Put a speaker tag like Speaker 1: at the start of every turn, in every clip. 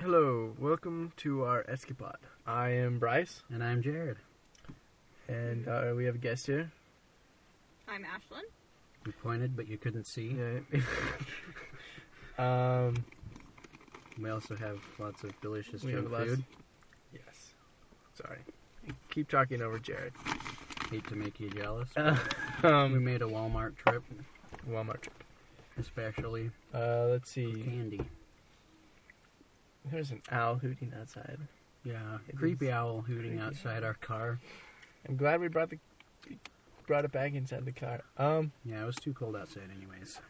Speaker 1: hello. Welcome to our escapade. I am Bryce,
Speaker 2: And I'm Jared.
Speaker 1: and uh, we have a guest here.
Speaker 3: I'm Ashlyn.
Speaker 2: You pointed, but you couldn't see.
Speaker 1: Yeah. um,
Speaker 2: We also have lots of delicious
Speaker 1: we
Speaker 2: junk
Speaker 1: have lots-
Speaker 2: food.
Speaker 1: Yes. Sorry. Keep talking over Jared.
Speaker 2: Hate to make you jealous. we
Speaker 1: um,
Speaker 2: made a Walmart trip,
Speaker 1: Walmart trip.
Speaker 2: especially
Speaker 1: Uh, let's see.
Speaker 2: candy.
Speaker 1: There's an owl hooting outside.
Speaker 2: Yeah,
Speaker 1: It
Speaker 2: creepy
Speaker 1: is
Speaker 2: owl hooting
Speaker 1: creepy.
Speaker 2: outside our car.
Speaker 1: I'm glad we brought the brought it back inside the car. Um,
Speaker 2: Yeah, it was too cold outside, anyways.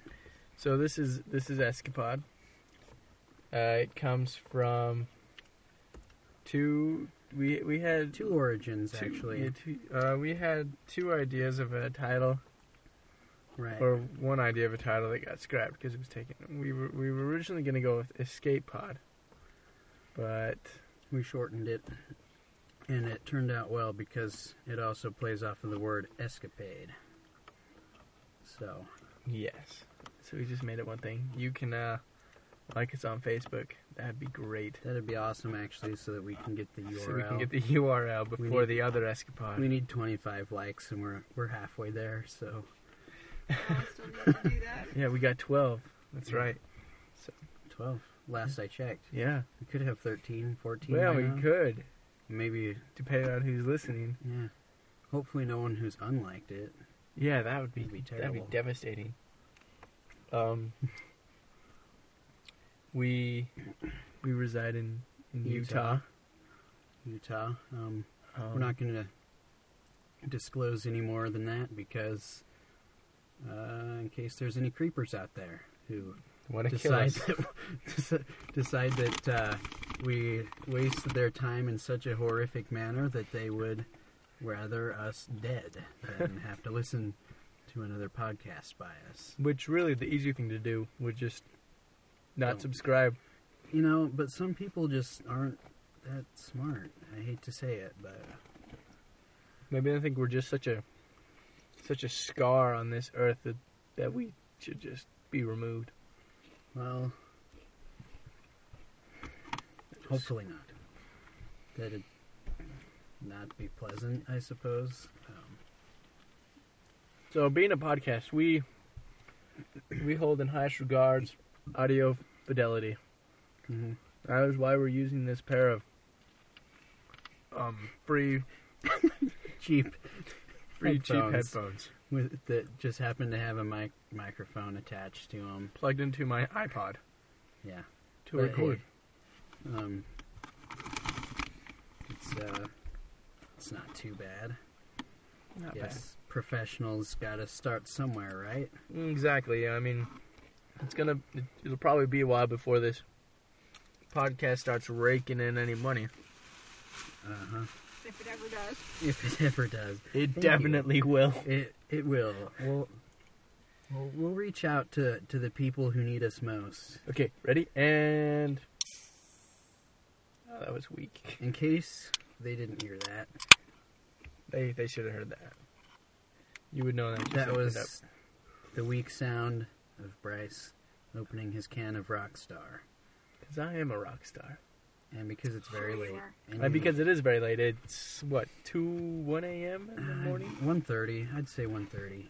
Speaker 1: so this is this is escapade. Uh, it comes from two. We we had
Speaker 2: Two origins,
Speaker 1: two-
Speaker 2: actually.
Speaker 1: yeah, two- uh, we had two ideas of a title,
Speaker 2: Right.
Speaker 1: or one idea of a title that got scrapped because it was taken. We were we were originally going to go with Escape Pod, but
Speaker 2: we shortened it, and it turned out well because it also plays off of the word escapade. So,
Speaker 1: yes, so we just made it one thing. You can uh, like us on Facebook. That'd be great.
Speaker 2: that'd be awesome, actually, so that we can get the URL.
Speaker 1: So we can get the URL
Speaker 2: We
Speaker 1: before
Speaker 2: need-
Speaker 1: the other escapade.
Speaker 2: We need 25 likes, and we're we're halfway there. So
Speaker 3: I still need to do that.
Speaker 1: yeah, we got twelve. That's
Speaker 2: Yeah.
Speaker 1: right.
Speaker 2: 12. Last I checked,
Speaker 1: Yeah.
Speaker 2: we could have 13, 14.
Speaker 1: Well,
Speaker 2: by
Speaker 1: we
Speaker 2: now.
Speaker 1: could,
Speaker 2: Maybe,
Speaker 1: depending on who's listening.
Speaker 2: yeah. Hopefully, no one who's unliked it.
Speaker 1: Yeah, that would be
Speaker 2: That'd be
Speaker 1: That'd
Speaker 2: terrible.
Speaker 1: be devastating. Um, we we reside in, in Utah.
Speaker 2: Utah. Utah. Um,
Speaker 1: Um,
Speaker 2: we're not going to disclose any more than that because, uh, in case there's any creepers out there who
Speaker 1: want to kill
Speaker 2: decide
Speaker 1: us.
Speaker 2: that, deci- decide that uh, we wasted their time in such a horrific manner that they would rather us dead than have to listen to another podcast by us.
Speaker 1: Which really the easy thing to do would just not
Speaker 2: Don't.
Speaker 1: subscribe.
Speaker 2: You know, but some people just aren't that smart. I hate to say it, but
Speaker 1: Maybe I think we're just such a such a scar on this earth that that we should just be removed.
Speaker 2: well, hopefully not. That'd not be pleasant, I suppose. Um,
Speaker 1: So being a podcast, we we hold in highest regards audio fidelity. Mm-hmm.
Speaker 2: mhm.
Speaker 1: That is why we're using this pair of um, free
Speaker 2: Cheap
Speaker 1: free cheap
Speaker 2: Headphones.
Speaker 1: headphones
Speaker 2: with, that just happened to have a mic microphone attached to them.
Speaker 1: plugged into my iPod
Speaker 2: Yeah,
Speaker 1: to
Speaker 2: But,
Speaker 1: record.
Speaker 2: hey, um, it's uh, it's not too bad.
Speaker 1: Not
Speaker 2: yes, professionals got to start somewhere, right?
Speaker 1: bad. Mm, Exactly. I mean, it's gonna. It'll probably be a while before this podcast starts raking in any money.
Speaker 2: Uh huh.
Speaker 3: If it ever does.
Speaker 2: If it ever does,
Speaker 1: It
Speaker 2: you.
Speaker 1: definitely will.
Speaker 2: it it will. We'll we'll, we'll reach out to to the people who need us most.
Speaker 1: Okay, ready and. Oh, that was weak.
Speaker 2: In case they didn't hear that,
Speaker 1: They they should have heard that. You would know that. just
Speaker 2: that
Speaker 1: opened
Speaker 2: was
Speaker 1: up.
Speaker 2: the weak sound of Bryce opening his can of Rockstar.
Speaker 1: 'Cause I am a rock star.
Speaker 2: And because it's very
Speaker 3: Sure
Speaker 2: late.
Speaker 3: you are.
Speaker 2: and
Speaker 1: And because it is very late. It's what two one a.m. in the morning.
Speaker 2: 1.30, Uh, I'd say 1.30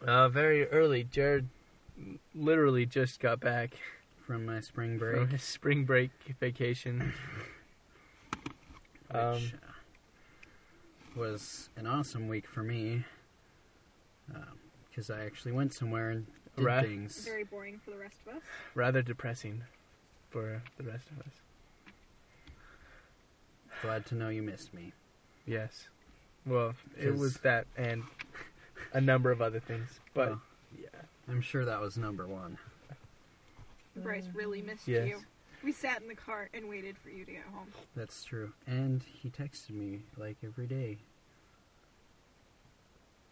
Speaker 1: Uh, very early. Jared literally just got back
Speaker 2: from my spring break.
Speaker 1: from his spring break vacation.
Speaker 2: which
Speaker 1: Um,
Speaker 2: uh, was an awesome week for me because I actually went somewhere and did
Speaker 1: Right.
Speaker 2: things.
Speaker 3: Very boring for the rest of us.
Speaker 1: rather depressing for the rest of us.
Speaker 2: Glad to know you missed me.
Speaker 1: Yes. Well, it was
Speaker 2: Because-
Speaker 1: that and a number of other things. But
Speaker 2: Well,
Speaker 1: yeah,
Speaker 2: I'm sure that was number one.
Speaker 3: Bryce really missed
Speaker 1: yes.
Speaker 3: you. We sat in the car and waited for you to get home.
Speaker 2: That's true. And he texted me like every day.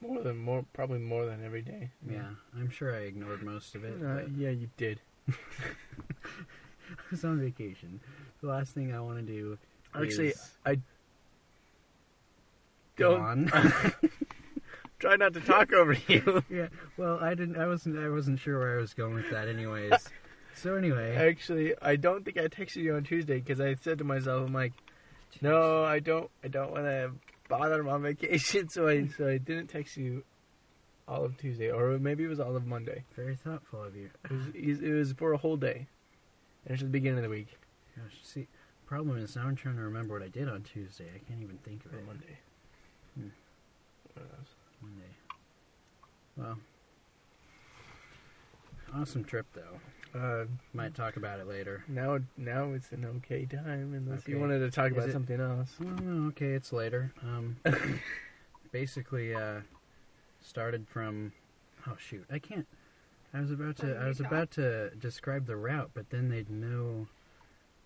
Speaker 1: more than more, probably more than every day.
Speaker 2: Yeah, I'm sure I ignored most of it.
Speaker 1: Uh,
Speaker 2: but
Speaker 1: yeah, you did.
Speaker 2: I was on vacation. The last thing I want to do
Speaker 1: Actually,
Speaker 2: is
Speaker 1: I
Speaker 2: go
Speaker 1: don't
Speaker 2: on.
Speaker 1: try not to talk over you.
Speaker 2: yeah. Well, I didn't. I wasn't. I wasn't sure where I was going with that, anyways. So anyway,
Speaker 1: Actually, I don't think I texted you on Tuesday because I said to myself, I'm like, no, I don't, I don't want to bother him on vacation, so I, so I didn't text you all of Tuesday, or maybe it was all of Monday.
Speaker 2: very thoughtful of you.
Speaker 1: It was, it was for a whole day, and it's the beginning of the week,
Speaker 2: Gosh, see, problem is now I'm trying to remember what I did on Tuesday. I can't even think of
Speaker 1: or
Speaker 2: it.
Speaker 1: Monday.
Speaker 2: Hmm.
Speaker 1: One of those.
Speaker 2: Monday. Well, awesome trip though.
Speaker 1: Uh,
Speaker 2: Might talk about it later.
Speaker 1: now, now it's an okay time, unless you
Speaker 2: Okay.
Speaker 1: wanted to talk
Speaker 2: Is
Speaker 1: about
Speaker 2: it-
Speaker 1: something else.
Speaker 2: Well, no, okay, it's later. Um, basically, uh, started from. Oh shoot, I can't. I was about to. I was about to describe the route, but then they'd know.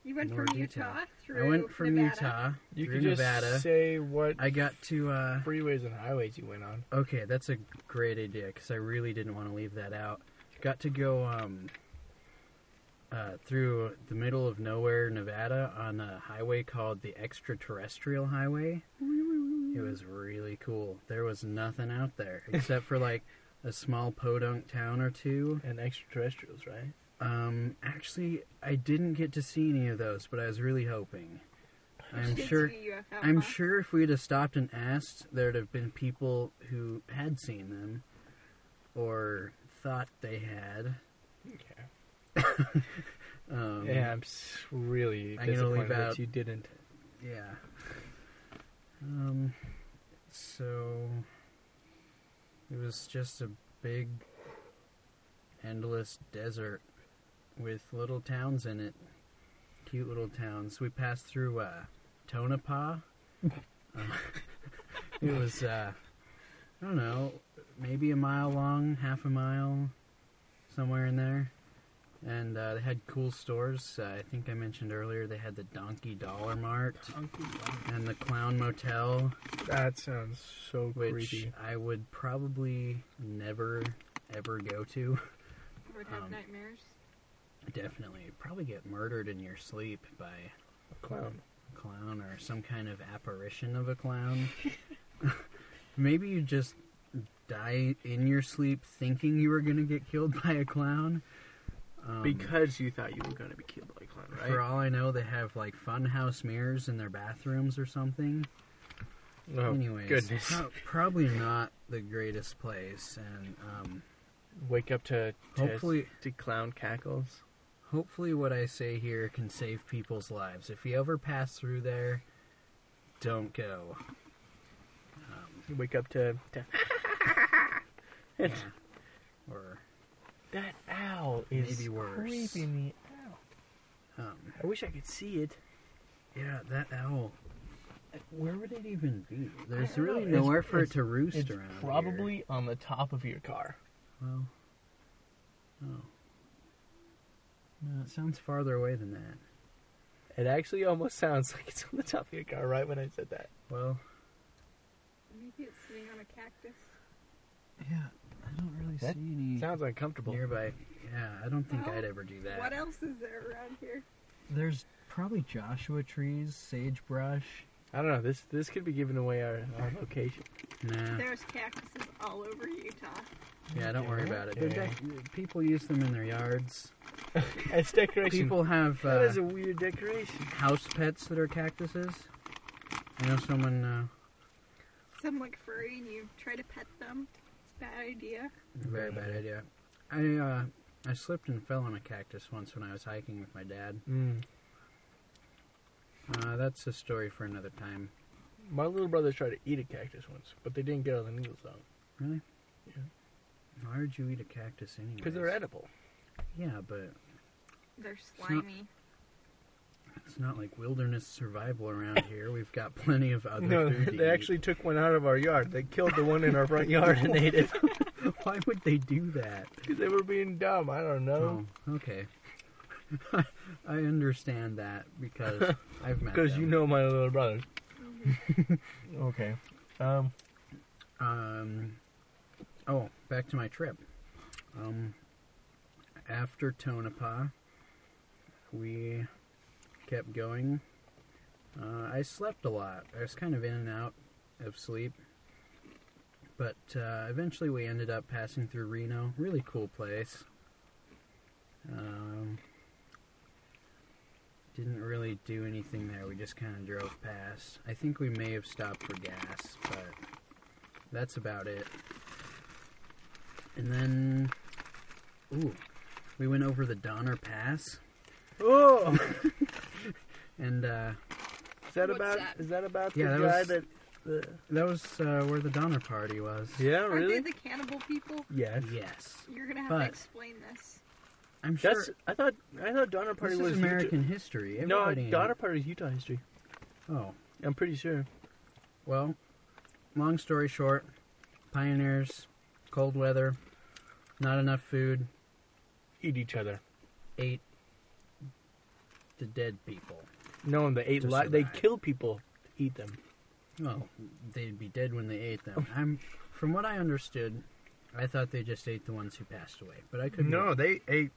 Speaker 3: You went
Speaker 2: More
Speaker 3: from
Speaker 2: detail.
Speaker 3: Utah through
Speaker 2: I went from
Speaker 3: Nevada.
Speaker 2: Utah
Speaker 1: You
Speaker 2: through
Speaker 1: could just
Speaker 2: Nevada.
Speaker 1: say what
Speaker 2: I got to. Uh,
Speaker 1: freeways and highways you went on.
Speaker 2: okay, that's a great idea because I really didn't want to leave that out. Got to go um, uh, through the middle of nowhere, Nevada, on a highway called the Extraterrestrial Highway. It was really cool. There was nothing out there except for like a small podunk town or two.
Speaker 1: And extraterrestrials, right?
Speaker 2: Um, actually, I didn't get to see any of those, but I was really hoping. I'm
Speaker 3: Did
Speaker 2: sure.
Speaker 3: see UFO,
Speaker 2: I'm
Speaker 3: huh?
Speaker 2: sure if we'd have stopped and asked, there'd have been people who had seen them or thought they had.
Speaker 1: Okay.
Speaker 2: Um,
Speaker 1: yeah, I'm s- really
Speaker 2: I'm gonna
Speaker 1: disappointed
Speaker 2: leave
Speaker 1: that
Speaker 2: out-
Speaker 1: you didn't.
Speaker 2: Yeah. Um, so it was just a big, endless desert with little towns in it. Cute little towns. We passed through uh, Tonopah. Uh, it was, uh, I don't know, maybe a mile long, half a mile, somewhere in there. And uh, they had cool stores. Uh, I think I mentioned earlier they had the Donkey Dollar Mart and the Clown Motel,
Speaker 1: That sounds so
Speaker 2: which um,
Speaker 1: creepy.
Speaker 2: I would probably never ever go to.
Speaker 3: I would have
Speaker 2: um,
Speaker 3: nightmares.
Speaker 2: Definitely, You'd probably get murdered in your sleep by a
Speaker 1: Clown.
Speaker 2: clown or some kind of apparition of a clown. Maybe you just die in your sleep thinking you were going to get killed by a clown. Um,
Speaker 1: because you thought you were going to be killed by a clown, right?
Speaker 2: for all I know, they have like funhouse mirrors in their bathrooms or something.
Speaker 1: oh,
Speaker 2: Anyways,
Speaker 1: goodness.
Speaker 2: pro- probably not the greatest place, and um,
Speaker 1: Wake up to, to,
Speaker 2: Hopefully-
Speaker 1: to clown cackles.
Speaker 2: hopefully what I say here can save people's lives. If you ever pass through there, don't go.
Speaker 1: Wake up to, to
Speaker 2: Yeah. or
Speaker 1: that owl is
Speaker 2: Maybe worse.
Speaker 1: creeping me out.
Speaker 2: um,
Speaker 1: I wish I could see it.
Speaker 2: yeah, that owl. Where would it even be? There's
Speaker 1: don't
Speaker 2: really
Speaker 1: know. It's-
Speaker 2: nowhere for it
Speaker 1: it's-
Speaker 2: to roost
Speaker 1: It's
Speaker 2: around. here.
Speaker 1: probably on the top of your car.
Speaker 2: Well, oh. No, it sounds farther away than that.
Speaker 1: It actually almost sounds like it's on the top of your car right when I said that.
Speaker 2: Well,
Speaker 3: Maybe it's sitting on a cactus.
Speaker 2: yeah, I don't really
Speaker 1: That
Speaker 2: see any
Speaker 1: Sounds uncomfortable.
Speaker 2: nearby. Yeah, I don't think
Speaker 3: Well,
Speaker 2: I'd ever do that.
Speaker 3: What else is there around here?
Speaker 2: There's probably Joshua trees, sagebrush.
Speaker 1: I don't know. This this could be giving away our, our location.
Speaker 2: Nah.
Speaker 3: There's cactuses all over Utah.
Speaker 2: Yeah, don't worry about it. They're
Speaker 1: Okay.
Speaker 2: dec- people use them in their yards.
Speaker 1: It's decoration.
Speaker 2: People have
Speaker 1: that
Speaker 2: uh,
Speaker 1: is a weird decoration.
Speaker 2: house pets that are cactuses. I know someone. Uh,
Speaker 3: Some look furry and you try to pet them. It's a bad idea.
Speaker 2: very bad idea. I uh, I slipped and fell on a cactus once when I was hiking with my dad.
Speaker 1: Mm.
Speaker 2: Uh, that's a story for another time.
Speaker 1: My little brothers tried to eat a cactus once, but they didn't get all the needles out
Speaker 2: Really?
Speaker 1: Yeah.
Speaker 2: Why would you eat a cactus anyway?
Speaker 1: because they're edible.
Speaker 2: Yeah, but
Speaker 3: They're
Speaker 2: not-
Speaker 3: slimy.
Speaker 2: it's not like wilderness survival around here. We've got plenty of other
Speaker 1: No,
Speaker 2: food. to
Speaker 1: they
Speaker 2: eat.
Speaker 1: actually took one out of our yard. They killed the one in our front yard and ate it
Speaker 2: Why would they do that?
Speaker 1: because they were being dumb. I don't know.
Speaker 2: Oh, okay. I understand that because I've met
Speaker 1: Because you
Speaker 2: them.
Speaker 1: know my little brothers. okay. Um.
Speaker 2: Um, oh, back to my trip. Um, after Tonopah, we kept going. Uh, I slept a lot. I was kind of in and out of sleep. But uh, eventually we ended up passing through Reno. Really cool place. Um, didn't really do anything there. We just kind of drove past. I think we may have stopped for gas, but that's about it. And then, ooh, we went over the Donner Pass,
Speaker 1: Oh,
Speaker 2: and uh,
Speaker 1: is that
Speaker 3: What's
Speaker 1: about?
Speaker 3: that?
Speaker 1: Is that about
Speaker 2: Yeah,
Speaker 1: the
Speaker 2: that
Speaker 1: guy
Speaker 2: was-
Speaker 1: that? The,
Speaker 2: that was uh, where the Donner Party was.
Speaker 1: yeah,
Speaker 3: Are
Speaker 1: really?
Speaker 3: they the cannibal people?
Speaker 1: yes.
Speaker 2: Yes,
Speaker 3: You're gonna have to
Speaker 2: But-
Speaker 3: explain this.
Speaker 2: I'm sure.
Speaker 1: That's. I thought. I thought Donner Party
Speaker 2: this
Speaker 1: was
Speaker 2: is
Speaker 1: Utah-
Speaker 2: American history.
Speaker 1: No,
Speaker 2: Everybody
Speaker 1: Donner Party is Utah history.
Speaker 2: Oh,
Speaker 1: I'm pretty sure.
Speaker 2: Well, long story short, pioneers, cold weather, not enough food,
Speaker 1: Eat each other.
Speaker 2: ate the dead people.
Speaker 1: No, they ate.
Speaker 2: Just
Speaker 1: Li- they
Speaker 2: survive.
Speaker 1: kill people to eat them.
Speaker 2: Well, they'd be dead when they ate them. I'm, from what I understood, I thought they just ate the ones who passed away, but I couldn't.
Speaker 1: No, they ate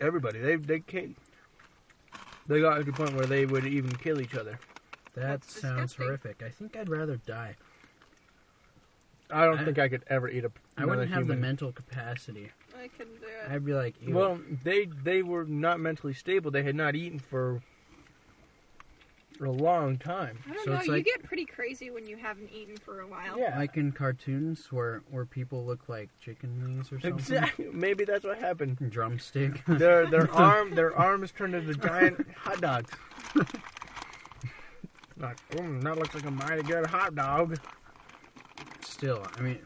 Speaker 1: everybody. They they came. They got to the point where they would even kill each other.
Speaker 2: that
Speaker 3: That's
Speaker 2: sounds
Speaker 3: disgusting.
Speaker 2: horrific. I think I'd rather die.
Speaker 1: I don't
Speaker 2: I-
Speaker 1: think I could ever eat a.
Speaker 2: I wouldn't
Speaker 1: another
Speaker 2: have the
Speaker 1: human.
Speaker 2: mental capacity.
Speaker 3: I couldn't do it.
Speaker 2: I'd be like, Ew.
Speaker 1: Well, they they were not mentally stable. They had not eaten for a long time.
Speaker 3: I don't
Speaker 2: So
Speaker 3: know.
Speaker 2: it's
Speaker 3: You
Speaker 2: like-
Speaker 3: get pretty crazy when you haven't eaten for a while.
Speaker 1: Yeah.
Speaker 2: like in cartoons where where people look like chicken wings or something,
Speaker 1: Exactly. Maybe that's what happened.
Speaker 2: drumstick.
Speaker 1: Their their arm their arms turned into giant hot dogs. Like, mm, that looks like a mighty good hot dog.
Speaker 2: still, I mean,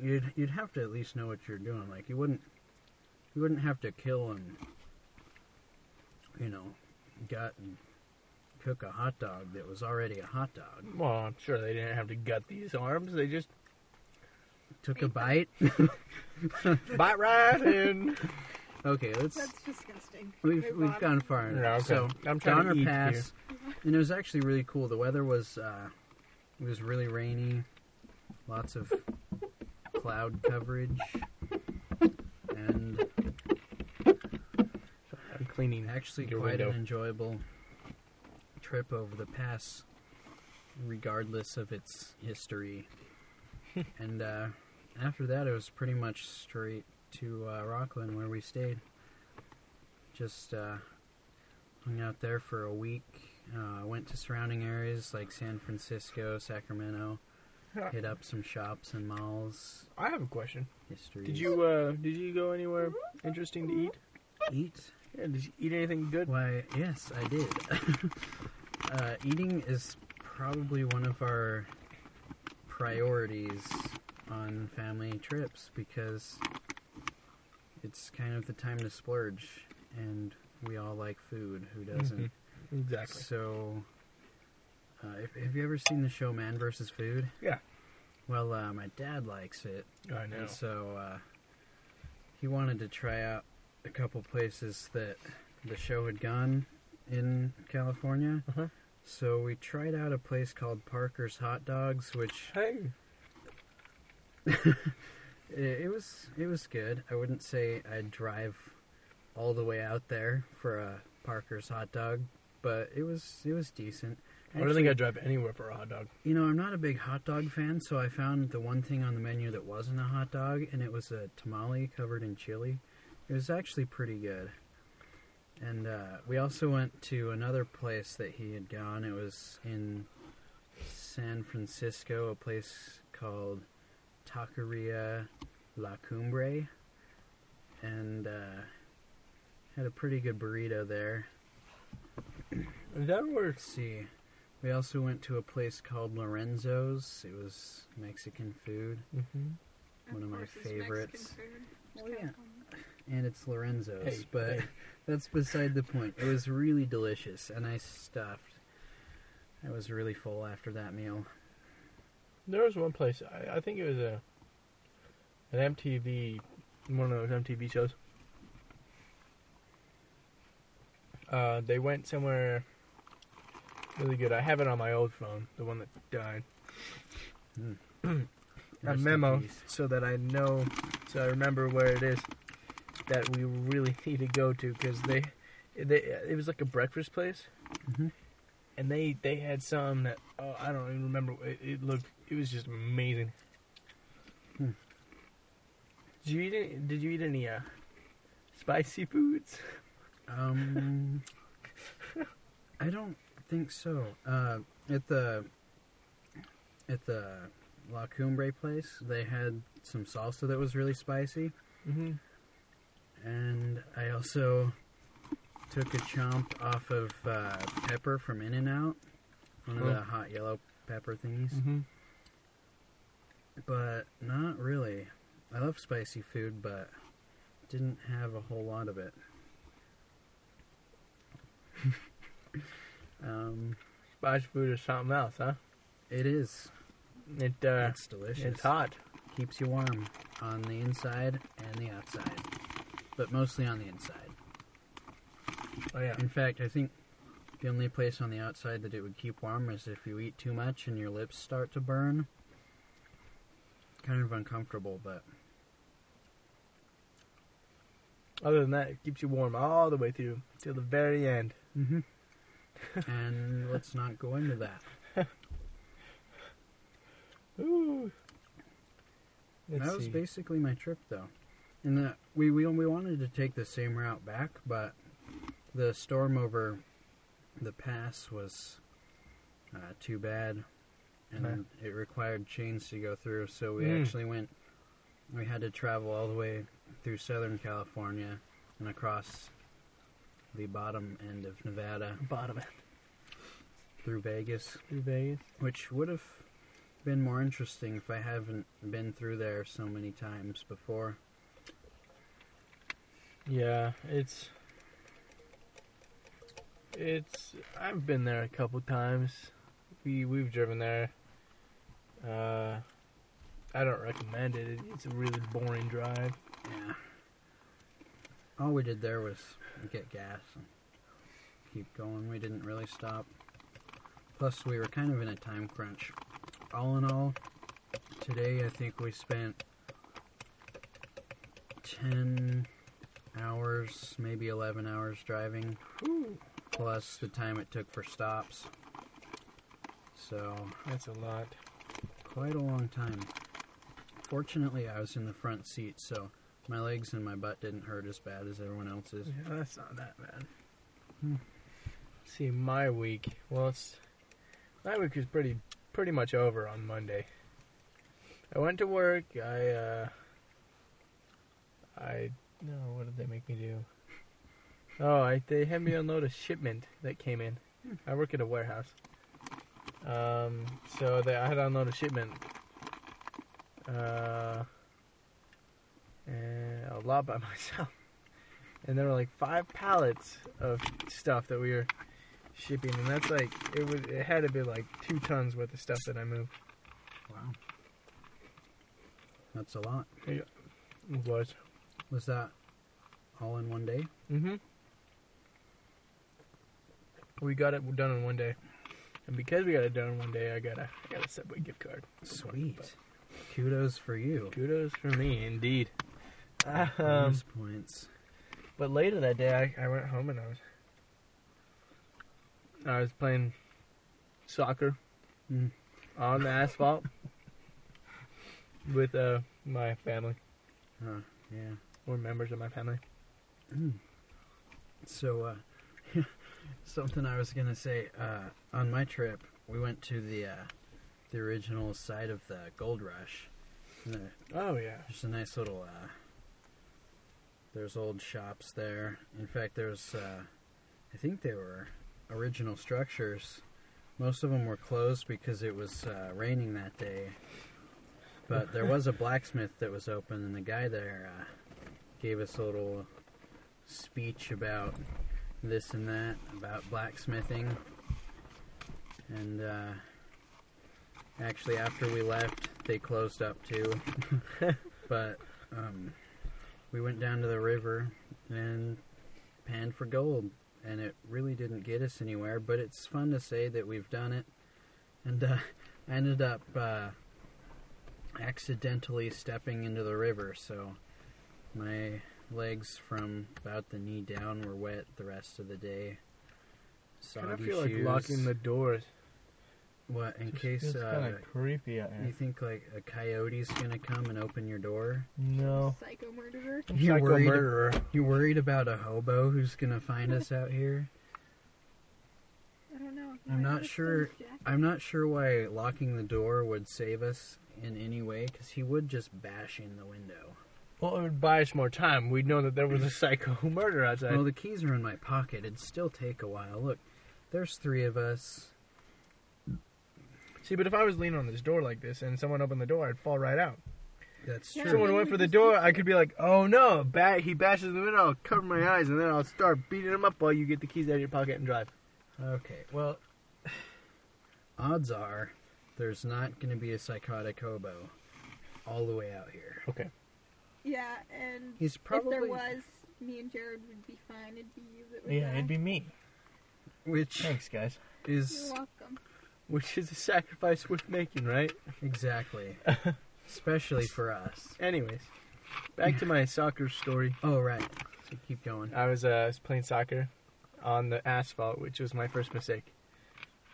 Speaker 2: you'd you'd have to at least know what you're doing. Like you wouldn't you wouldn't have to kill and you know gut and cook a hot dog that was already a hot dog.
Speaker 1: Well, I'm sure they didn't have to gut these arms. They just
Speaker 2: Took
Speaker 3: Ate
Speaker 2: a
Speaker 3: them.
Speaker 2: bite.
Speaker 1: bite right in.
Speaker 2: okay, let's
Speaker 3: That's disgusting.
Speaker 2: we've
Speaker 3: Move
Speaker 2: we've
Speaker 3: on.
Speaker 2: gone far enough.
Speaker 1: Yeah, okay.
Speaker 2: So
Speaker 1: I'm trying to
Speaker 2: Donner
Speaker 1: eat
Speaker 2: Pass,
Speaker 3: here.
Speaker 2: and it was actually really cool. The weather was uh, it was really rainy, lots of cloud coverage, and
Speaker 1: I'm cleaning
Speaker 2: actually
Speaker 1: your
Speaker 2: quite
Speaker 1: window.
Speaker 2: an enjoyable trip over the pass, regardless of its history. and uh, after that, it was pretty much straight to uh, Rockland where we stayed. Just uh, hung out there for a week. Uh, went to surrounding areas like San Francisco, Sacramento.
Speaker 1: Huh.
Speaker 2: Hit up some shops and malls.
Speaker 1: I have a question.
Speaker 2: History.
Speaker 1: Did you uh did you go anywhere interesting to eat?
Speaker 2: eat?
Speaker 1: Yeah, did you eat anything good?
Speaker 2: Why, yes, I did. uh, eating is probably one of our priorities on family trips because it's kind of the time to splurge, and we all like food. Who doesn't?
Speaker 1: Mm-hmm, Exactly.
Speaker 2: So, uh, if, have you ever seen the show Man vs. Food?
Speaker 1: Yeah.
Speaker 2: Well, uh, my dad likes it,
Speaker 1: I know.
Speaker 2: and so uh, he wanted to try out a couple places that the show had gone in California.
Speaker 1: Uh-huh.
Speaker 2: So we tried out a place called Parker's Hot Dogs, which
Speaker 1: Hey.
Speaker 2: it, it was it was good. I wouldn't say I'd drive all the way out there for a Parker's hot dog, but it was it was decent.
Speaker 1: I don't think I'd drive anywhere for a hot dog.
Speaker 2: You know, I'm not a big hot dog fan, so I found the one thing on the menu that wasn't a hot dog, and it was a tamale covered in chili. It was actually pretty good. And uh, we also went to another place that he had gone. It was in San Francisco, a place called Taqueria La Cumbre, and uh, had a pretty good burrito there.
Speaker 1: Is that where
Speaker 2: Let's see. We also went to a place called Lorenzo's. It was Mexican food,
Speaker 1: Mm-hmm.
Speaker 2: one of my
Speaker 3: course, it's
Speaker 2: favorites.
Speaker 3: Mexican food.
Speaker 2: Oh,
Speaker 3: It's
Speaker 2: yeah.
Speaker 3: California.
Speaker 2: and it's Lorenzo's,
Speaker 1: Hey,
Speaker 2: but
Speaker 1: hey.
Speaker 2: that's beside the point. It was really delicious, and I stuffed. I was really full after that meal.
Speaker 1: There was one place. I, I think it was a an MTV, one of those MTV shows. Uh, they went somewhere really good. I have it on my old phone, the one that died. A
Speaker 2: Rest in
Speaker 1: memo
Speaker 2: peace.
Speaker 1: so that I know, so I remember where it is that we really need to go to because they, they, it was like a breakfast place,
Speaker 2: Mhm.
Speaker 1: and they they had some that oh I don't
Speaker 2: Hmm.
Speaker 1: even remember. It, it looked it was just amazing. Did you eat any, did you eat any uh, spicy foods?
Speaker 2: Um, I don't think so. Uh, at the at the La Cumbre place, they had some salsa that was really spicy,
Speaker 1: Mm-hmm.
Speaker 2: and I also took a chomp off of uh, pepper from In and Out, one of
Speaker 1: Oh.
Speaker 2: the hot yellow pepper thingies.
Speaker 1: Mm-hmm.
Speaker 2: But not really. I love spicy food, but didn't have a whole lot of it. um,
Speaker 1: Spicy food is something else, huh?
Speaker 2: it is.
Speaker 1: It uh,
Speaker 2: it's delicious.
Speaker 1: it's hot.
Speaker 2: Keeps you warm on the inside and the outside, but mostly on the inside.
Speaker 1: Oh yeah.
Speaker 2: In fact, I think the only place on the outside that it would keep warm is if you eat too much and your lips start to burn. Kind of uncomfortable, but
Speaker 1: Other than that, it keeps you warm all the way through till the very end.
Speaker 2: Mm-hmm. and let's not go into that.
Speaker 1: Ooh. Let's
Speaker 2: that was
Speaker 1: see.
Speaker 2: basically my trip, though. And the, we, we we wanted to take the same route back, but the storm over the pass was uh, too bad, and it required chains to go through. So we
Speaker 1: Mm.
Speaker 2: actually went. We had to travel all the way through Southern California and across the bottom end of Nevada
Speaker 1: bottom
Speaker 2: through Vegas
Speaker 1: through Vegas.
Speaker 2: which would have been more interesting if I haven't been through there so many times before.
Speaker 1: Yeah, it's it's. I've been there a couple times. We we've driven there. Uh, I don't recommend it. it it's a really boring drive.
Speaker 2: Yeah. All we did there was get gas and keep going. We didn't really stop. Plus, we were kind of in a time crunch. All in all, today I think we spent 10 hours, maybe 11 hours driving.
Speaker 1: Ooh,
Speaker 2: plus the time it took for stops. So,
Speaker 1: that's a lot.
Speaker 2: quite a long time. Fortunately, I was in the front seat, so my legs and my butt didn't hurt as bad as everyone else's.
Speaker 1: Yeah, that's not that bad.
Speaker 2: Hmm.
Speaker 1: See, my week. Well, it's my week was pretty pretty much over on Monday. I went to work. I uh, I no. What did they make me do? Oh, I, they had me unload a shipment that came in. I work at a warehouse. Um, so they, I had to unload a shipment. Uh, and a lot by myself and there were like five pallets of stuff that we were shipping, and that's like it was. It had to be like two tons worth of stuff that I moved.
Speaker 2: Wow. That's a lot.
Speaker 1: It was.
Speaker 2: Was that all in one day?
Speaker 1: Mm-hmm. We got it done in one day, and because we got it done in one day, I got a I got a Subway gift card.
Speaker 2: Sweet. Kudos for you.
Speaker 1: Kudos for me, indeed. Um,
Speaker 2: Bonus points.
Speaker 1: But later that day, I, I went home and I was I was playing soccer
Speaker 2: Mm.
Speaker 1: on the asphalt with uh, my family
Speaker 2: Huh, Uh, yeah.
Speaker 1: or members of my family.
Speaker 2: So, uh, something I was gonna say uh, on my trip, we went to the uh, the original site of the gold rush. And there-
Speaker 1: Oh yeah,
Speaker 2: There's a nice little. Uh, there's old shops there. In fact, there's. Uh, I think they were original structures. Most of them were closed because it was uh, raining that day. But there was a blacksmith that was open, and the guy there uh, gave us a little speech about this and that, about blacksmithing. And uh, actually, after we left, they closed up too. but um, we went down to the river and panned for gold. And it really didn't get us anywhere, but it's fun to say that we've done it. And uh, I ended up uh, accidentally stepping into the river, so my legs from about the knee down were wet the rest of the day.
Speaker 1: kind of
Speaker 2: Soggy
Speaker 1: feel like
Speaker 2: shoes.
Speaker 1: locking the doors
Speaker 2: What in case
Speaker 4: It's kind
Speaker 2: uh,
Speaker 4: of creepy out
Speaker 2: you
Speaker 4: here.
Speaker 2: think like a coyote's gonna come and open your door?
Speaker 4: No.
Speaker 2: Oh.
Speaker 3: Psycho murderer.
Speaker 4: I'm
Speaker 2: You
Speaker 4: psycho
Speaker 2: worried-
Speaker 4: murderer.
Speaker 2: You worried about a hobo who's gonna find us out here?
Speaker 3: I don't know.
Speaker 2: I'm
Speaker 3: Might
Speaker 2: not
Speaker 3: have a
Speaker 2: sure.
Speaker 3: strange jacket.
Speaker 2: I'm not sure why locking the door would save us in any way, because he would just bash in the window.
Speaker 1: Well, it would buy us more time. We'd know that there was a psycho murder outside.
Speaker 2: Well, the keys are in my pocket. It'd still take a while. Look, there's three of us.
Speaker 1: See, but if I was leaning on this door like this and someone opened the door, I'd fall right out.
Speaker 2: That's
Speaker 3: Yeah.
Speaker 1: If
Speaker 2: true.
Speaker 1: someone went for the door, I could be like, "Oh no, bat! He bashes the window. I'll cover my eyes, and then I'll start beating him up while you get the keys out of your pocket and drive."
Speaker 2: Okay, well, odds are there's not going to be a psychotic hobo all the way out here.
Speaker 1: Okay.
Speaker 3: Yeah, and
Speaker 2: He's probably
Speaker 3: if there was, me and Jared would be fine. It'd be you that would
Speaker 4: Yeah,
Speaker 3: die.
Speaker 4: it'd be me.
Speaker 2: which
Speaker 4: Thanks, guys.
Speaker 3: You're
Speaker 2: is
Speaker 3: welcome.
Speaker 1: Which is a sacrifice worth making, right?
Speaker 2: exactly, especially for us.
Speaker 1: Anyways, back to my soccer story.
Speaker 2: Oh right, so keep going.
Speaker 1: I was, uh, I was playing soccer on the asphalt, which was my first mistake.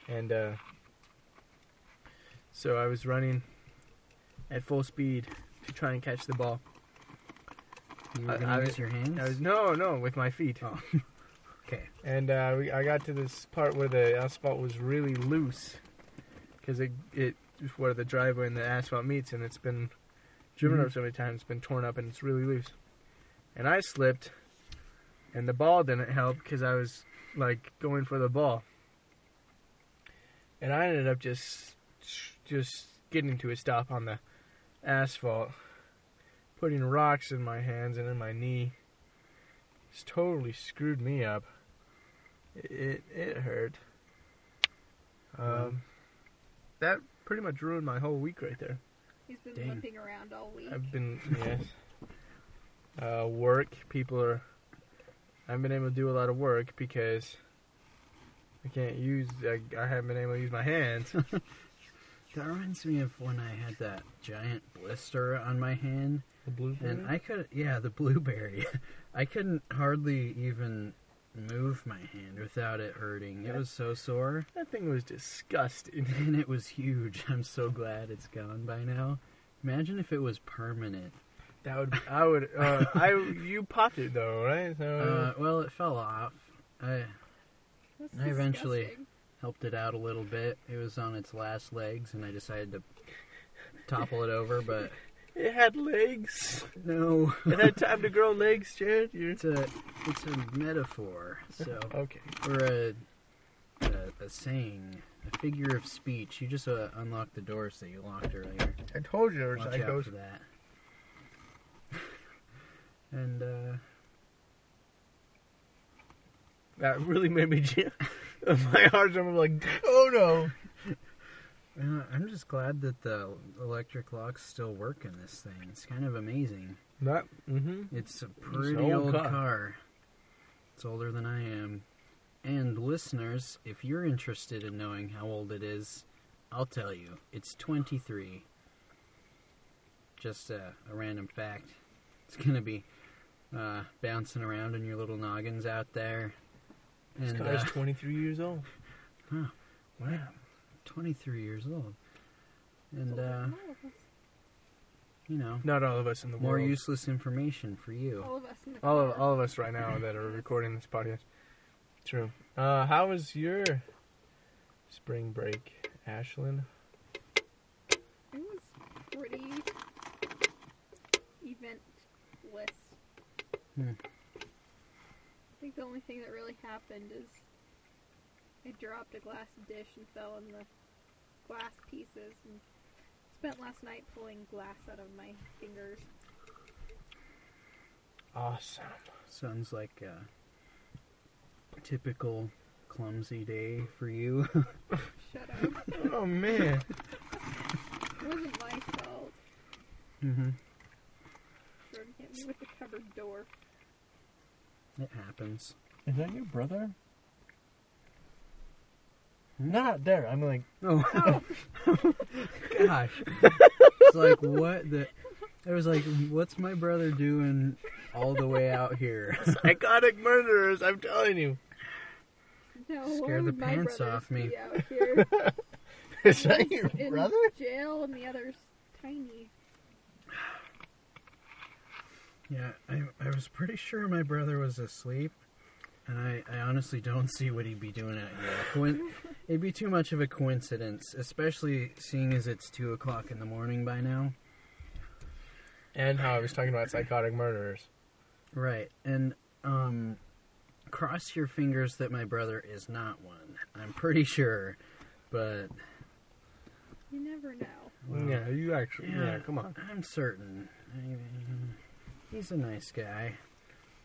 Speaker 1: And uh, so I was running at full speed to try and catch the ball.
Speaker 2: You were
Speaker 1: I-
Speaker 2: going
Speaker 1: I
Speaker 2: to use
Speaker 1: was-
Speaker 2: your
Speaker 1: I was
Speaker 2: hands?
Speaker 1: no, no, with my feet.
Speaker 2: Oh. Okay.
Speaker 1: And uh, we, I got to this part where the asphalt was really loose, because it it where the driveway and the asphalt meets, and it's been driven
Speaker 2: Mhm.
Speaker 1: over so many times, it's been torn up, and it's really loose. And I slipped, and the ball didn't help because I was like going for the ball, and I ended up just just getting to a stop on the asphalt, putting rocks in my hands and in my knee. It's totally screwed me up. It it hurt. Um, that pretty much ruined my whole week right there.
Speaker 3: He's been
Speaker 2: Dang.
Speaker 3: limping around all week.
Speaker 1: I've been yes. Uh, work people are. I've been able to do a lot of work because I can't use. I, I haven't been able to use my hands.
Speaker 2: That reminds me of when I had that giant blister on my hand,
Speaker 1: The blue.
Speaker 2: and I could yeah the blueberry. I couldn't hardly even move my hand without it hurting. It was so sore.
Speaker 1: that thing was disgusting.
Speaker 2: And it was huge. I'm so glad it's gone by now. Imagine if it was permanent.
Speaker 1: That would. I would. Uh, I you popped it though, right? So
Speaker 2: Uh, well, it fell off. I
Speaker 3: That's
Speaker 2: I eventually-
Speaker 3: disgusting.
Speaker 2: helped it out a little bit. It was on its last legs, and I decided to topple it over, but
Speaker 1: it had legs.
Speaker 2: no.
Speaker 1: It had time to grow legs, Jared. You're...
Speaker 2: It's a it's a metaphor, so
Speaker 1: Okay.
Speaker 2: or a, a a saying, a figure of speech. You just uh, unlocked the doors that you locked earlier.
Speaker 1: I told you there were
Speaker 2: Watch out
Speaker 1: psychos.
Speaker 2: for that. and uh,
Speaker 1: That really made me jump. My heart jumped. I'm like, oh no.
Speaker 2: Uh, I'm just glad that the electric locks still work in this thing. It's kind of amazing.
Speaker 1: That. Mm-hmm.
Speaker 2: It's a
Speaker 1: an
Speaker 2: pretty
Speaker 1: old
Speaker 2: old
Speaker 1: car.
Speaker 2: car. It's older than I am. And listeners, if you're interested in knowing how old it is, I'll tell you. It's 23. Just a, a random fact. It's going to be uh, bouncing around in your little noggins out there. And
Speaker 1: This guy's
Speaker 2: uh,
Speaker 1: 23 years old.
Speaker 2: Huh.
Speaker 1: Wow.
Speaker 2: 23 years old. And,
Speaker 3: Older
Speaker 2: uh,
Speaker 3: than all of us.
Speaker 2: you know.
Speaker 1: Not all of us in the
Speaker 2: More
Speaker 1: world.
Speaker 2: useless information for you.
Speaker 3: All of us in the
Speaker 1: all of
Speaker 3: car.
Speaker 1: all of us right now that are recording this podcast. True. Uh, how was your spring break, Ashlyn?
Speaker 3: It was pretty eventless.
Speaker 2: Hmm.
Speaker 3: I think the only thing that really happened is I dropped a glass dish and fell on the glass pieces and spent last night pulling glass out of my fingers.
Speaker 1: Awesome.
Speaker 2: Sounds like a typical clumsy day for you.
Speaker 3: Shut up.
Speaker 1: Oh man.
Speaker 3: it wasn't my fault.
Speaker 2: mm-hmm.
Speaker 3: Jordan hit me with the cupboard door.
Speaker 2: It happens.
Speaker 4: Is that your brother? Not there. I'm like,
Speaker 2: Oh,
Speaker 3: Oh,
Speaker 2: gosh. it's like, what the. I was like, what's my brother doing all the way out here?
Speaker 1: Psychotic murderers. I'm telling you.
Speaker 3: no. why
Speaker 2: Scare the
Speaker 3: would my
Speaker 2: pants
Speaker 3: brothers
Speaker 2: off me.
Speaker 3: be Out here?
Speaker 4: is that
Speaker 3: One's
Speaker 4: your
Speaker 3: in
Speaker 4: brother?
Speaker 3: Jail and the other's tiny.
Speaker 2: Yeah, I, I was pretty sure my brother was asleep, and I, I honestly don't see what he'd be doing out here. A coin- it'd be too much of a coincidence, especially seeing as it's 2 o'clock in the morning by now.
Speaker 1: And how I was talking about psychotic murderers.
Speaker 2: Right, and um, cross your fingers that my brother is not one. I'm pretty sure, but
Speaker 3: You never know.
Speaker 2: Wow.
Speaker 1: Yeah, you actually. Yeah.
Speaker 2: Yeah.
Speaker 1: come on.
Speaker 2: I'm certain. I, he's a nice guy.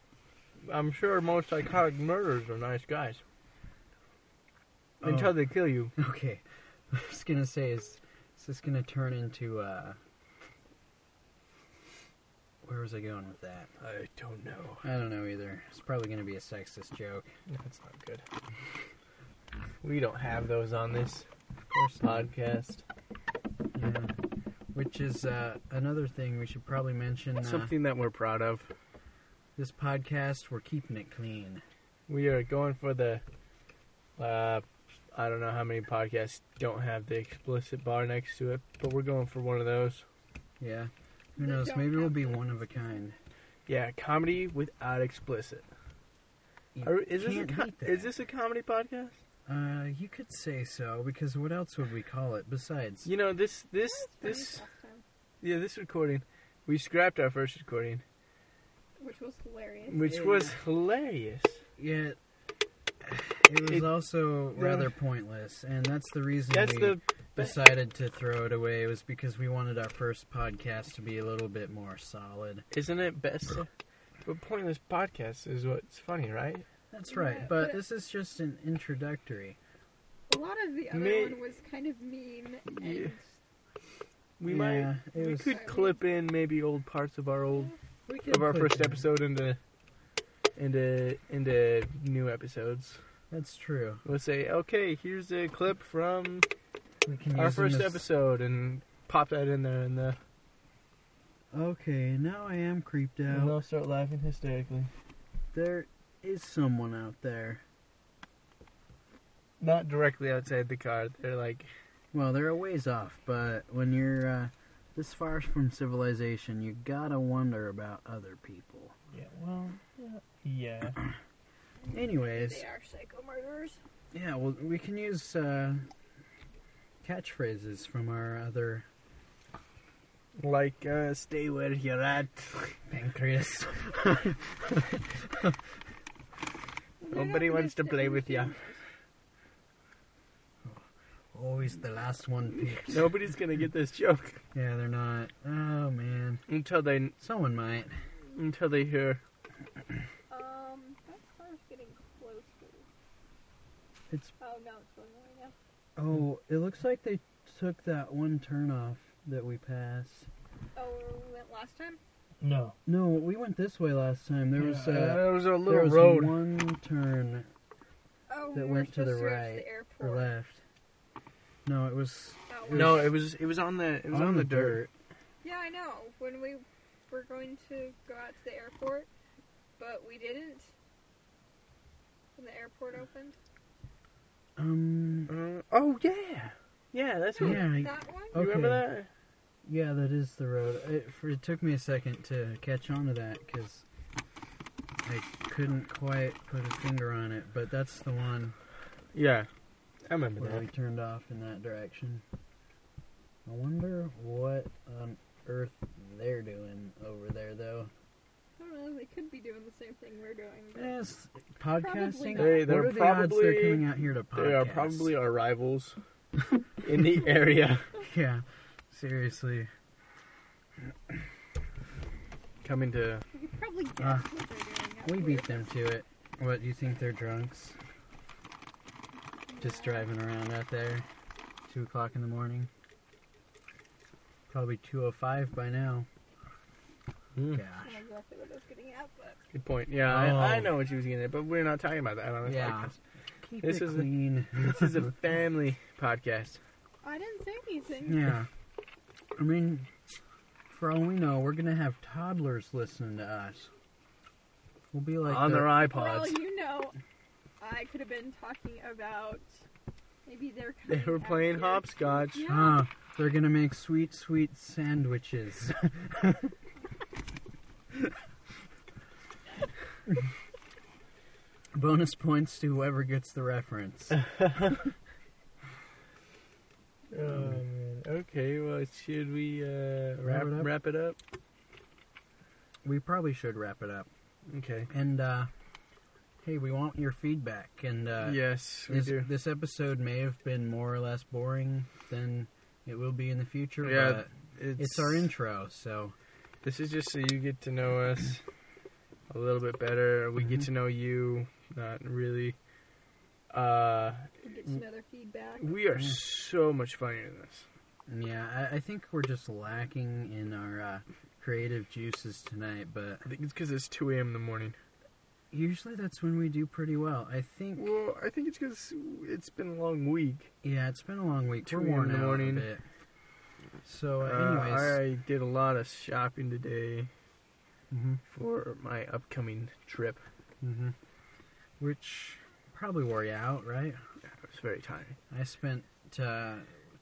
Speaker 1: I'm sure most psychotic murderers are nice guys. Until
Speaker 2: Oh.
Speaker 1: they kill you.
Speaker 2: Okay, I was gonna say, is, is this gonna turn into uh? Where was I going with that?
Speaker 1: I don't know.
Speaker 2: I don't know either. It's probably gonna be a sexist joke.
Speaker 1: That's not good. We don't have those on this podcast.
Speaker 2: Yeah. Which is uh, another thing we should probably mention. Uh,
Speaker 1: Something that we're proud of.
Speaker 2: This podcast, we're keeping it clean.
Speaker 1: We are going for the. Uh, I don't know how many podcasts don't have the explicit bar next to it, but we're going for one of those.
Speaker 2: Yeah. Who
Speaker 3: They
Speaker 2: knows?
Speaker 3: don't
Speaker 2: Maybe we'll
Speaker 3: have
Speaker 2: be
Speaker 3: to.
Speaker 2: one of a kind.
Speaker 1: Yeah, comedy without explicit.
Speaker 2: You
Speaker 1: Are- is this a
Speaker 2: can't
Speaker 1: co-
Speaker 2: beat that.
Speaker 1: is this a comedy podcast?
Speaker 2: Uh, you could say so because what else would we call it besides?
Speaker 1: You know this this
Speaker 3: That was
Speaker 1: this
Speaker 3: funny last time,
Speaker 1: yeah this recording, we scrapped our first recording,
Speaker 3: Which was hilarious.
Speaker 1: which
Speaker 2: Yeah.
Speaker 1: was hilarious.
Speaker 2: Yeah. It was
Speaker 1: It-
Speaker 2: also
Speaker 1: yeah.
Speaker 2: rather pointless, and that's the reason
Speaker 1: That's
Speaker 2: we
Speaker 1: the
Speaker 2: decided to throw it away. Was because we wanted our first podcast to be a little bit more solid.
Speaker 1: isn't it best. But pointless podcast is what's funny, right?
Speaker 2: That's right,
Speaker 3: Yeah,
Speaker 2: but
Speaker 3: but-
Speaker 2: this is just an introductory.
Speaker 3: A lot of the other
Speaker 1: Me-
Speaker 3: one was kind of mean and
Speaker 1: Yeah. We
Speaker 2: Yeah,
Speaker 1: might
Speaker 2: it
Speaker 1: we
Speaker 2: was-
Speaker 1: could clip in maybe old parts of our old
Speaker 2: We could
Speaker 1: of our
Speaker 2: put
Speaker 1: first
Speaker 2: that-
Speaker 1: episode into into into new episodes.
Speaker 2: That's true.
Speaker 1: We'll say, okay, here's a clip from
Speaker 2: We can
Speaker 1: our
Speaker 2: use them
Speaker 1: first
Speaker 2: as-
Speaker 1: episode, and pop that in there. And the
Speaker 2: Okay, now I am creeped out.
Speaker 4: And they'll start laughing hysterically.
Speaker 2: There is someone out there.
Speaker 1: not directly outside the car, they're like,
Speaker 2: Well, they're a ways off, but when you're uh, this far from civilization, you gotta wonder about other people.
Speaker 4: Yeah, well, yeah. yeah.
Speaker 2: Anyways,
Speaker 3: they are psycho murderers.
Speaker 2: yeah, well, we can use uh, catchphrases from our other
Speaker 1: like uh, stay where you're at.
Speaker 2: pancreas.
Speaker 3: They're
Speaker 1: Nobody
Speaker 3: not
Speaker 1: wants to
Speaker 3: innocent
Speaker 1: play with ya.
Speaker 3: refusers.
Speaker 2: Always the last one peeps.
Speaker 1: Nobody's gonna get this joke
Speaker 2: Yeah, they're not. Oh man,
Speaker 1: until they
Speaker 2: someone might.
Speaker 1: until they hear.
Speaker 3: Um, that car's getting closer.
Speaker 2: It's
Speaker 3: Oh no, it's going away now.
Speaker 2: oh, it looks like they took that one turn off that we passed.
Speaker 3: Oh, where we went last time?
Speaker 4: No.
Speaker 2: No, we went this way last time. There was
Speaker 4: Yeah,
Speaker 1: Uh,
Speaker 2: uh,
Speaker 1: there was a
Speaker 2: there
Speaker 1: little
Speaker 2: was
Speaker 1: road.
Speaker 2: one turn
Speaker 3: Oh,
Speaker 2: That
Speaker 3: we were
Speaker 2: went to the
Speaker 3: supposed reach
Speaker 2: right,
Speaker 3: The
Speaker 2: or
Speaker 3: airport.
Speaker 2: left. No, it was
Speaker 3: Oh, well,
Speaker 1: No, it was it was on the it was on, the dirt.
Speaker 3: Yeah, I know. When we were going to go out to the airport, but we didn't. When the airport opened.
Speaker 2: Um.
Speaker 1: Uh, oh yeah, yeah, Oh. that's
Speaker 2: Yeah.
Speaker 1: what.
Speaker 2: I-
Speaker 3: Oh, That one?
Speaker 1: You remember
Speaker 2: Okay.
Speaker 1: that?
Speaker 2: Yeah, that is the road. It, for, it took me a second to catch on to that because I couldn't quite put a finger on it. But that's the one
Speaker 1: Yeah, I remember
Speaker 2: where we turned off in that direction. I wonder what on earth they're doing over there, though.
Speaker 3: I don't know. They Oh, could be doing the same thing we're doing. but-
Speaker 2: Yes,
Speaker 3: Probably
Speaker 2: podcasting.
Speaker 3: not. They-
Speaker 2: what
Speaker 1: they're
Speaker 2: are the odds they're
Speaker 1: probably-
Speaker 2: coming out here to podcast?
Speaker 1: They are probably our rivals in the area.
Speaker 2: Yeah, seriously.
Speaker 1: Coming to
Speaker 3: We could probably guess
Speaker 2: Ah.
Speaker 3: what they're doing. out
Speaker 2: We
Speaker 3: here.
Speaker 2: beat them to it. What, you think they're drunks? Just driving around out there? 2 o'clock in the morning? Probably 2.05 by now.
Speaker 1: Hmm.
Speaker 2: Gosh.
Speaker 3: I don't know exactly what I was getting at, but
Speaker 1: good point. Yeah,
Speaker 2: Oh.
Speaker 1: I, I know what she was getting at, but we're not talking about that on this
Speaker 2: Yeah.
Speaker 1: podcast.
Speaker 2: Keep
Speaker 1: This
Speaker 2: it
Speaker 1: is a-
Speaker 2: clean.
Speaker 1: This is a family podcast.
Speaker 3: I didn't say anything.
Speaker 2: yeah. I mean, for all we know, we're going to have toddlers listening to us. We'll be like
Speaker 1: on
Speaker 2: the-
Speaker 1: their
Speaker 3: Well,
Speaker 1: iPods.
Speaker 3: you know, I could have been talking about Maybe they're
Speaker 1: They
Speaker 3: coming
Speaker 1: were
Speaker 3: back
Speaker 1: playing
Speaker 3: here.
Speaker 1: hopscotch.
Speaker 3: Yeah.
Speaker 2: Ah, they're gonna make sweet, sweet sandwiches. Bonus points to whoever gets the reference.
Speaker 1: Oh, man. Okay, well, should we uh, wrap,
Speaker 2: Wrap it up?
Speaker 1: wrap it up?
Speaker 2: We probably should wrap it up.
Speaker 1: Okay.
Speaker 2: And uh, hey, we want your feedback. And uh,
Speaker 1: yes, we
Speaker 2: this,
Speaker 1: do.
Speaker 2: this episode may have been more or less boring than it will be in the future.
Speaker 1: Yeah,
Speaker 2: but it's our intro, so
Speaker 1: This is just so you get to know us a little bit better. We get
Speaker 2: Mhm.
Speaker 1: to know you, not really. Uh,
Speaker 3: We'll get some other feedback.
Speaker 1: we are
Speaker 2: Yeah.
Speaker 1: so much funnier than this.
Speaker 2: yeah, I, I think we're just lacking in our uh, creative juices tonight. But
Speaker 1: I think it's because it's 2 a.m. in the morning.
Speaker 2: usually that's when we do pretty well. I think.
Speaker 1: Well, I think it's because it's been a long week.
Speaker 2: Yeah, it's been a long week.
Speaker 1: Two
Speaker 2: we're
Speaker 1: in
Speaker 2: worn
Speaker 1: the
Speaker 2: out
Speaker 1: morning.
Speaker 2: a bit. So,
Speaker 1: Uh,
Speaker 2: uh, anyways,
Speaker 1: I did a lot of shopping today
Speaker 2: hmm
Speaker 1: for my upcoming trip.
Speaker 2: hmm which probably wore you out, right?
Speaker 1: I was very tired,
Speaker 2: I spent uh,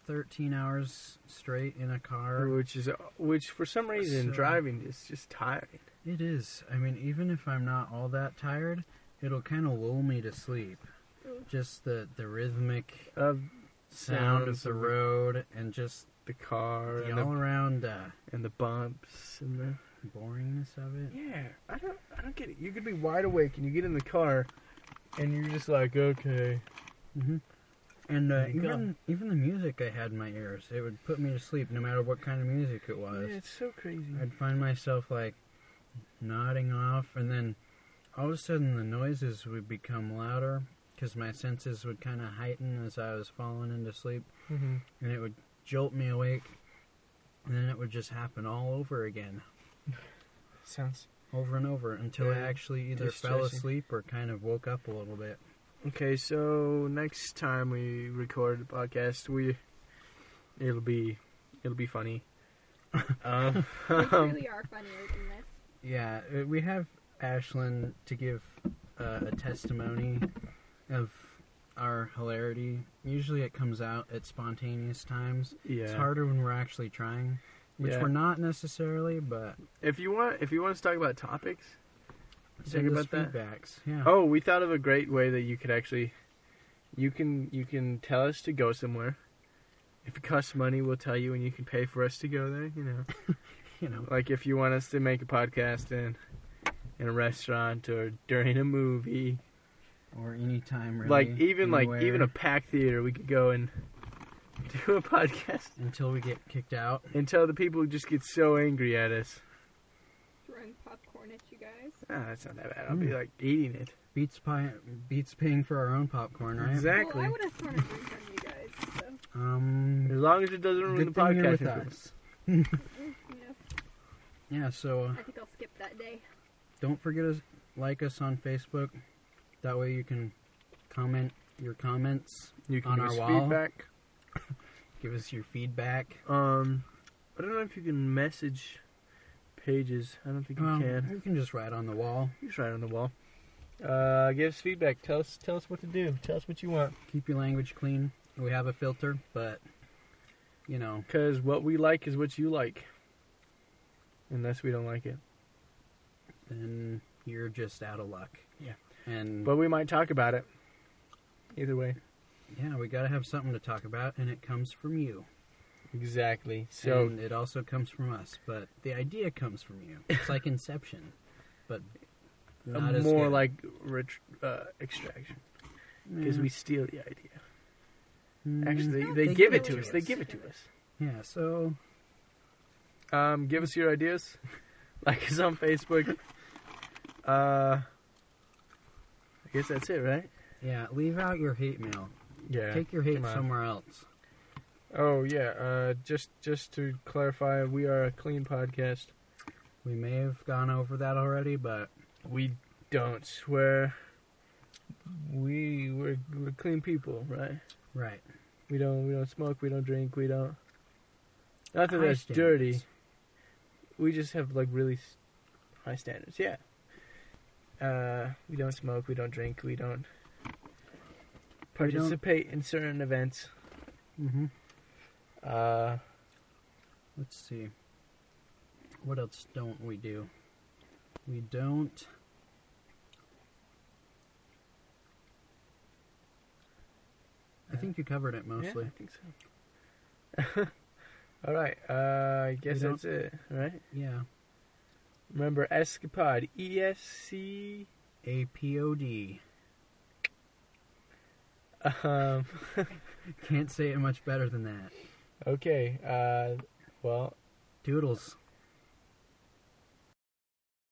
Speaker 2: 13 hours straight in a car.
Speaker 1: which is which for some reason
Speaker 2: So-
Speaker 1: driving is just tiring.
Speaker 2: It is. I mean, even if I'm not all that tired, it'll kind of lull me to sleep. Just the, the rhythmic
Speaker 1: Of
Speaker 2: sound
Speaker 1: Sounds
Speaker 2: of the
Speaker 1: of the-
Speaker 2: road and just
Speaker 1: the car
Speaker 2: the
Speaker 1: and
Speaker 2: all
Speaker 1: the,
Speaker 2: around uh,
Speaker 1: and the bumps and the
Speaker 2: boringness of it.
Speaker 1: Yeah, I don't, I don't get it. You could be wide awake and you get in the car, and you're just like, okay,
Speaker 2: hmm And uh,
Speaker 1: There you go.
Speaker 2: even even the music I had in my ears, it would put me to sleep no matter what kind of music it
Speaker 1: yeah,
Speaker 2: was.
Speaker 1: it's so crazy.
Speaker 2: I'd find myself like nodding off, and then all of a sudden the noises would become louder because my senses would kind of heighten as I was falling into sleep,
Speaker 1: hmm
Speaker 2: and it would jolt me awake, and then it would just happen all over again,
Speaker 1: Sounds
Speaker 2: over and over until I
Speaker 1: Yeah,
Speaker 2: actually either fell
Speaker 1: distressing.
Speaker 2: asleep or kind of woke up a little bit.
Speaker 1: okay. So next time we record the podcast, we it'll be it'll be funny. um,
Speaker 3: We really are funnier than this.
Speaker 2: Yeah, uh, we have Ashlyn to give uh, a testimony of our hilarity. Usually it comes out at spontaneous times.
Speaker 1: yeah.
Speaker 2: It's harder when we're actually trying, which
Speaker 1: Yeah.
Speaker 2: we're not necessarily, but
Speaker 1: If you want, if you want us to talk about topics,
Speaker 2: send us
Speaker 1: about that?
Speaker 2: feedbacks. Yeah.
Speaker 1: oh, we thought of a great way that you could actually, you can you can tell us to go somewhere. If it costs money, we'll tell you, and you can pay for us to go there. You know.
Speaker 2: you know,
Speaker 1: like if you want us to make a podcast in in a restaurant or during a movie
Speaker 2: or anytime really.
Speaker 1: like even like
Speaker 2: anywhere,
Speaker 1: even a packed theater we could go and do a podcast
Speaker 2: until we get kicked out.
Speaker 1: until the people just get so angry at us
Speaker 3: Throwing popcorn at you guys.
Speaker 1: ah that's not that bad i'll
Speaker 2: Hmm.
Speaker 1: be like eating it
Speaker 2: Beats pie, beats paying for our own popcorn, right?
Speaker 1: Exact- Exactly.
Speaker 3: Well, I would have thrown a drink on you guys. So,
Speaker 1: as
Speaker 2: Um,
Speaker 1: long as it doesn't ruin
Speaker 2: good
Speaker 1: the
Speaker 2: thing you're
Speaker 1: podcast
Speaker 2: with
Speaker 1: experience.
Speaker 2: us.
Speaker 3: mm, yeah,
Speaker 2: Yeah, so uh,
Speaker 3: I think I'll skip that day.
Speaker 2: don't forget to like us on Facebook. That way you can comment your comments,
Speaker 1: you can
Speaker 2: On
Speaker 1: give
Speaker 2: our
Speaker 1: us
Speaker 2: wall.
Speaker 1: feedback
Speaker 2: give us your feedback.
Speaker 1: um i don't know if you can message pages i don't think you
Speaker 2: Um,
Speaker 1: can
Speaker 2: you can just write on the wall.
Speaker 1: you just write on the wall uh give us feedback tell us tell us what to do tell us what you want
Speaker 2: Keep your language clean. We have a filter, but you know,
Speaker 1: Because what we like is what you like. Unless we don't like it.
Speaker 2: then you're just out of luck.
Speaker 1: Yeah.
Speaker 2: And
Speaker 1: But we might talk about it. Either way.
Speaker 2: yeah, we got to have something to talk about, and it comes from you.
Speaker 1: Exactly. So,
Speaker 2: and it also comes from us, but the idea comes from you. It's like Inception, but not as
Speaker 1: more
Speaker 2: good.
Speaker 1: like rich, uh, extraction. Because we steal the idea.
Speaker 2: Mm,
Speaker 1: Actually,
Speaker 3: No,
Speaker 1: they,
Speaker 2: Mm-hmm. they
Speaker 1: give
Speaker 2: give
Speaker 1: it
Speaker 2: it
Speaker 1: to
Speaker 2: to
Speaker 1: us. They
Speaker 2: us.
Speaker 1: give it to us.
Speaker 2: yeah. So
Speaker 1: Um, give us your ideas. Like us on Facebook. Uh, I guess that's it, right?
Speaker 2: yeah, leave out your hate mail.
Speaker 1: Yeah.
Speaker 2: Take your hate
Speaker 1: come on.
Speaker 2: somewhere else.
Speaker 1: Oh yeah. Uh, just just to clarify, we are a clean podcast.
Speaker 2: We may have gone over that already, but
Speaker 1: We don't swear. We we're, we're clean people, right?
Speaker 2: right.
Speaker 1: We don't we don't smoke. We don't drink. We don't. Not that
Speaker 2: High
Speaker 1: that's
Speaker 2: standards.
Speaker 1: dirty. We just have like really s- high standards. Yeah. Uh, we don't smoke. We don't drink. We don't
Speaker 2: We don't-
Speaker 1: participate in certain events.
Speaker 2: Mm-hmm.
Speaker 1: Uh,
Speaker 2: Let's see. What else don't we do? We don't. I
Speaker 1: Yeah.
Speaker 2: think you covered it mostly.
Speaker 1: Yeah, I think so. All right. Uh, I guess
Speaker 2: We don't-
Speaker 1: that's it. All right.
Speaker 2: Yeah.
Speaker 1: Remember Escapade. E S C.
Speaker 2: A P O D.
Speaker 1: Um,
Speaker 2: Can't say it much better than that.
Speaker 1: okay. Uh, well,
Speaker 2: Doodles.